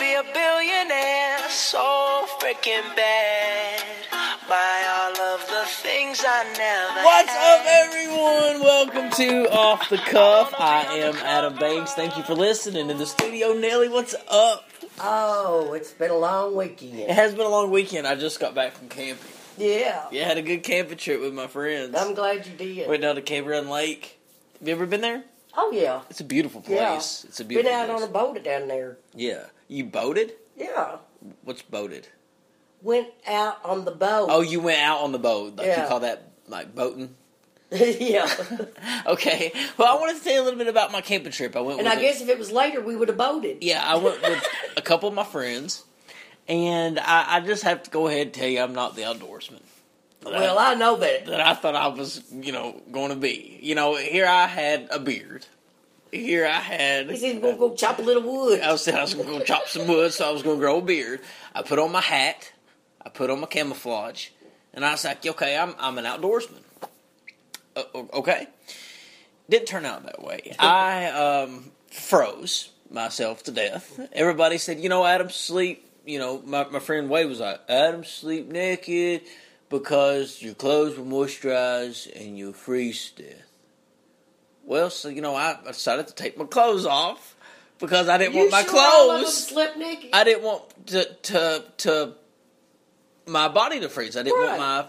a billionaire so freaking bad. Buy all of the things I never What's had. up, everyone? Welcome to Off the Cuff. I am Adam Banks. Thank you for listening. In the studio, Nelly, what's up? Oh, it's been a long It weekend. has been a long weekend. I just got back from camping. Yeah. Yeah, I had a good camping trip with my friends. I'm glad you did. Went down to Cave Run Lake. Have you ever been there? oh, yeah. It's a beautiful place. Yeah. It's a Been beautiful out place. on a boat down there. yeah. You boated? Yeah. What's boated? Went out on the boat. Oh, you went out on the boat. Like you Yeah. call that like boating? yeah. okay. Well, I wanted to tell you a little bit about my camping trip. I went and with I a- guess if it was later, we would have boated. yeah, I went with a couple of my friends, and I, I just have to go ahead and tell you I'm not the outdoorsman. That I- Well, I know that. that I thought I was, you know, going to be. You know, here I had a beard. Here I had. He said, we'll go chop a little wood. I said I was going to chop some wood, so I was going to grow a beard. I put on my hat. I put on my camouflage, and I was like, "Okay, I'm I'm an outdoorsman." Uh, o- okay, didn't turn out that way. I um, froze myself to death. Everybody said, "You know, Adam sleep." You know, my my friend Wade was like, "Adam sleep naked because your clothes were moisturized and you freeze to death." Well, so you know, I I decided to take my clothes off because I didn't you want my sure all of them clothes. slept naked? I didn't want to to to my body to freeze. I didn't want Right. my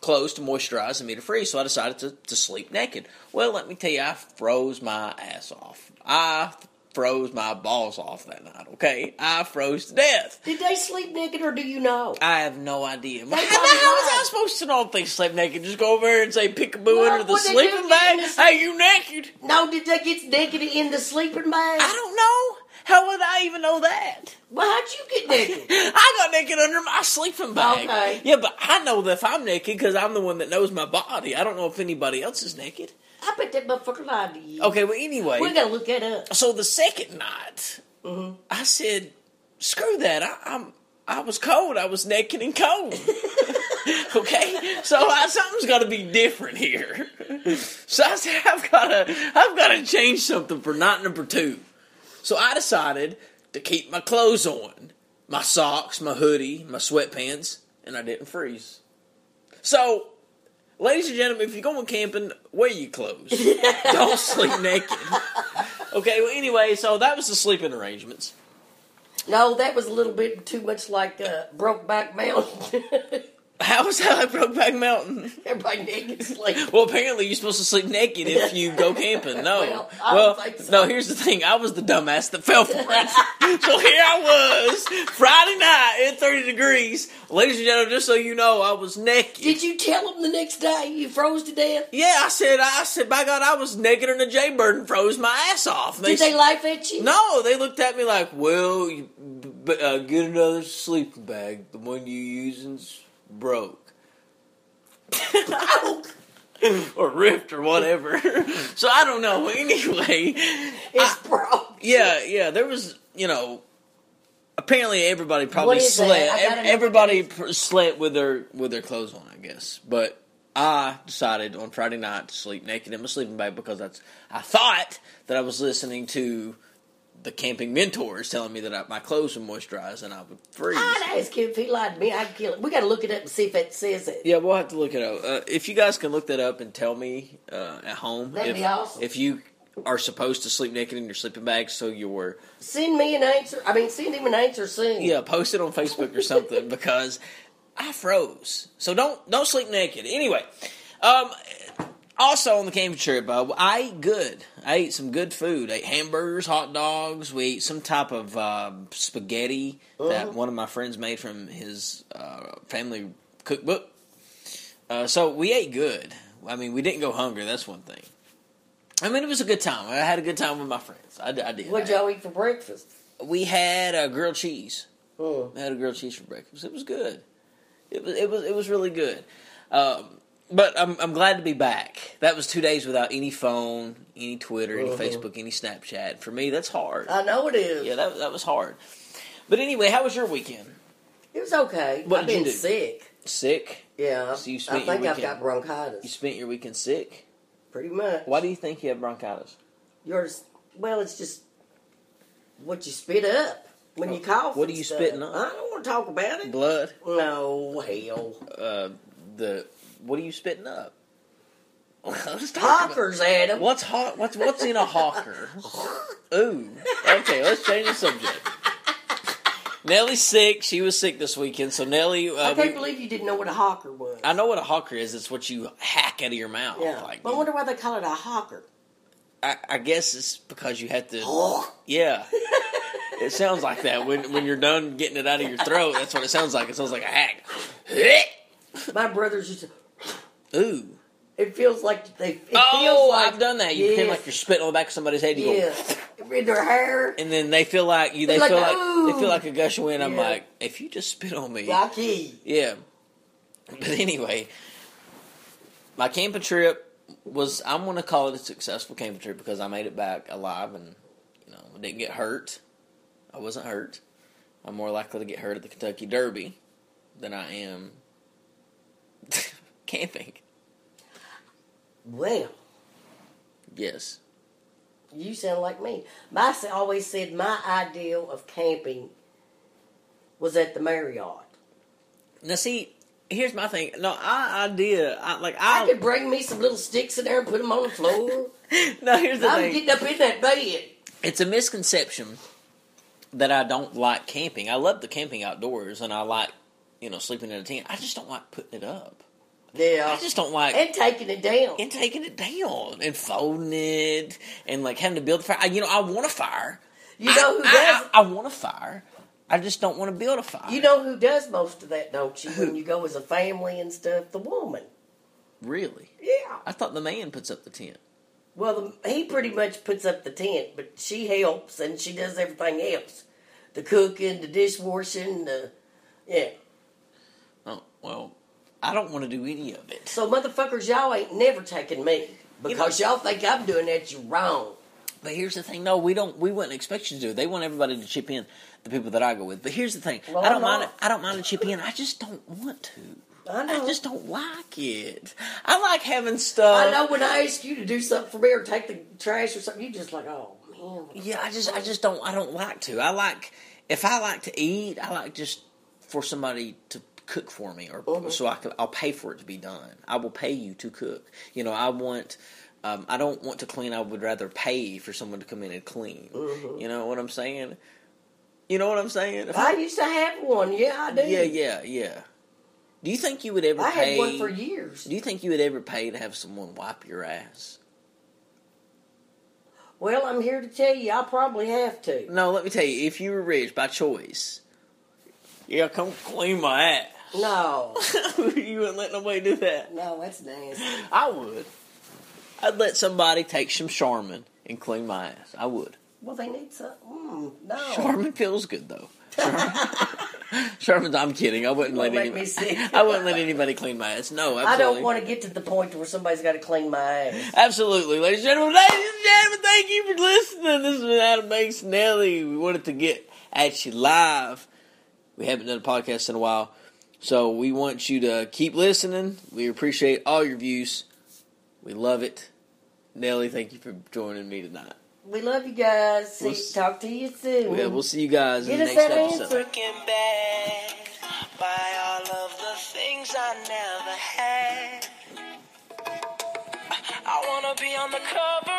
clothes to moisturize and me to freeze, so I decided to, to sleep naked. Well, let me tell you, I froze my ass off. I froze my balls off that night. Okay, I froze to death. Did they sleep naked or do you know? I have no idea. How the hell probably was I lied. supposed to know if they sleep naked? Just go over there and say peekaboo Well, under the what they do sleeping is bag. they just- Hey, you naked? no, did they get naked in the sleeping bag? I don't know. How would I even know that? Well, how'd you get naked? I got naked under my sleeping bag. Okay. Yeah, but I know that if I'm naked because I'm the one that knows my body. I don't know if anybody else is naked. I bet that motherfucker lied to you. Okay, well, anyway. We're going to look that up. so the second night, I said, "Screw that! I, I'm I was cold. I was naked and cold." okay, so I, something's got to be different here. so I said, "I've got to I've got to change something for night number two. So I decided to keep my clothes on, my socks, my hoodie, my sweatpants, and I didn't freeze. So. Ladies and gentlemen, if you're going camping, wear your clothes. Don't sleep naked. Okay, well, anyway, so that was the sleeping arrangements. No, that was a little bit too much like uh, Brokeback Mountain. How was that like Brokeback Mountain? Everybody naked sleep. Well, apparently you're supposed to sleep naked if you go camping. No. Well, I Well, don't think so. no, here's the thing. I was the dumbass that fell for it. so here I was, Friday night at 30 degrees. Ladies and gentlemen, just so you know, I was naked. Did you tell them the next day you froze to death? yeah, I said, I said, by God, I was naked and a jaybird and froze my ass off. Did s- they laugh at you? No, they looked at me like, "Well, you, b- uh, get another sleeping bag. The one you using's broke, or ripped, or whatever." so I don't know. Anyway, It's broke. yeah, yeah, there was, you know, apparently everybody probably is that? slept. I gotta ev- know Everybody pr- slept with their with their clothes on, I guess. But I decided on Friday night to sleep naked in my sleeping bag because that's I thought that I was listening to the camping mentors telling me that I, my clothes would moisturize and I would freeze. I'd ask him if he lied to me. I'd kill him. We got to look it up and see if it says it. Yeah, we'll have to look it up. Uh, if you guys can look that up and tell me uh, at home That'd if, be awesome. if you are supposed to sleep naked in your sleeping bag so your Send me an answer. I mean, send him an answer soon. Yeah, post it on Facebook or something because I froze. So don't don't sleep naked. Anyway, um, also on the camping trip, uh, I ate good. I ate some good food. I ate hamburgers, hot dogs. We ate some type of uh, spaghetti Uh-huh. that one of my friends made from his uh, family cookbook. Uh, so we ate good. I mean, we didn't go hungry. That's one thing. I mean, it was a good time. I had a good time with my friends. I, I did. What'd y'all eat for breakfast? We had uh, grilled cheese. Mm. I had a grilled cheese for breakfast. It was good. It was it was it was really good. Um, but I'm I'm glad to be back. That was two days without any phone, any Twitter, any Facebook, any Snapchat. For me, that's hard. I know it is. yeah, that that was hard. But anyway, how was your weekend? It was okay. What I've did been you do? sick. Sick? Yeah. So you I spent your think I've weekend- got bronchitis. You spent your weekend sick? pretty much. Why do you think you have bronchitis? Yours, well, it's just what you spit up. when you cough. Oh, What and are you stuff. spitting up? I don't want to talk about it. Blood. No hell. Uh, the what are you spitting up? Let's talk about- Hawkers, Adam. What's hot? What's what's in a hawker? Ooh. Okay, let's change the subject. Nellie's sick. She was sick this weekend, so Nellie. Uh, I we- can't believe you didn't know what a hawker was. I know what a hawker is. It's what you hack out of your mouth. yeah. Like, But I wonder why they call it a hawker. I, I guess it's because you have to. Oh, Yeah. It sounds like that when when you're done getting it out of your throat. That's what it sounds like. It sounds like a hack. my brother's just. Ooh. It feels like they. It Oh, feels like, I've done that. You pretend Yes. like you're spitting on the back of somebody's head. You go, Yeah, in their hair. and then they feel like you. They're They like, feel like "Ooh." they feel like a gush of wind. I'm Yeah. like, if you just spit on me, Rocky. Yeah. But anyway, my camping trip was I'm gonna call it a successful camping trip because I made it back alive and you know, didn't get hurt. I wasn't hurt. I'm more likely to get hurt at the Kentucky Derby than I am camping. Well, Yes. you sound like me. My s- always said my ideal of camping was at the Marriott. Now see, here's my thing. No, I idea I like I could I bring me some little sticks in there and put them on the floor. No, here's the I'm thing. getting up in that bed. it's a misconception that I don't like camping. I love the camping outdoors, and I like you know sleeping in a tent. I just don't like putting it up. Yeah. I just don't like Uh, and taking it down. and taking it down and folding it and like having to build a fire. I- You know, I want a fire. You know who I, I- does? I, I want a fire. I just don't want to build a fire. You know who does most of that, don't you? When you go as a family and stuff, the woman. really? Yeah. I thought the man puts up the tent. Well, the, he pretty much puts up the tent, but she helps and she does everything else the cooking, the dishwashing, the. Yeah. Oh well, I don't want to do any of it. So, motherfuckers, y'all ain't never taking me because y'all think I'm doing that, you're wrong. But here's the thing. No, we don't. We wouldn't expect you to do it. They want everybody to chip in. The people that I go with. But here's the thing. Well, I don't I'm mind. not. I don't mind to chip in. I just don't want to. I I know. I, just don't like it. I like having stuff. know when I ask you to do something for me or take the trash or something, you just like, oh, man. what the Yeah, I fuck?" just. I just don't. I don't like to. I like if I like to eat. I like just for somebody to cook for me, or Mhm. so I can. I'll pay for it to be done. I will pay you to cook. You know, I want. Um, I don't want to clean. I would rather pay for someone to come in and clean. You know what I'm saying? You know what I'm saying? If Uh-huh. I used to have one. Yeah, I do. Yeah, yeah, yeah. Do you think you would ever I pay? had one for years. Do you think you would ever pay to have someone wipe your ass? Well, I'm here to tell you, I probably have to. No, let me tell you. If you were rich by choice, yeah, come clean my No, ass. you wouldn't let nobody do that. no, that's nasty. I would. I'd let somebody take some Charmin and clean my ass. I would. Well, they need some. Mm, no, Charmin feels good though. Charmin's. I'm kidding. I wouldn't You let won't make me anybody. sick. I wouldn't let anybody clean my ass. No, absolutely. I don't want to get to the point where somebody's got to clean my ass. Absolutely, ladies and gentlemen. Ladies and gentlemen, thank you for listening. This is Adam Banks Nelly. We wanted to get at you live. We haven't done a podcast in a while, so we want you to keep listening. We appreciate all your views. We love it. Nelly, thank you for joining me tonight. We love you guys. See, We'll s- talk to you soon. Yeah, we'll see you guys in Get the us next that episode. answer. freaking bad by all of the things I never had. I wanna be on the cover.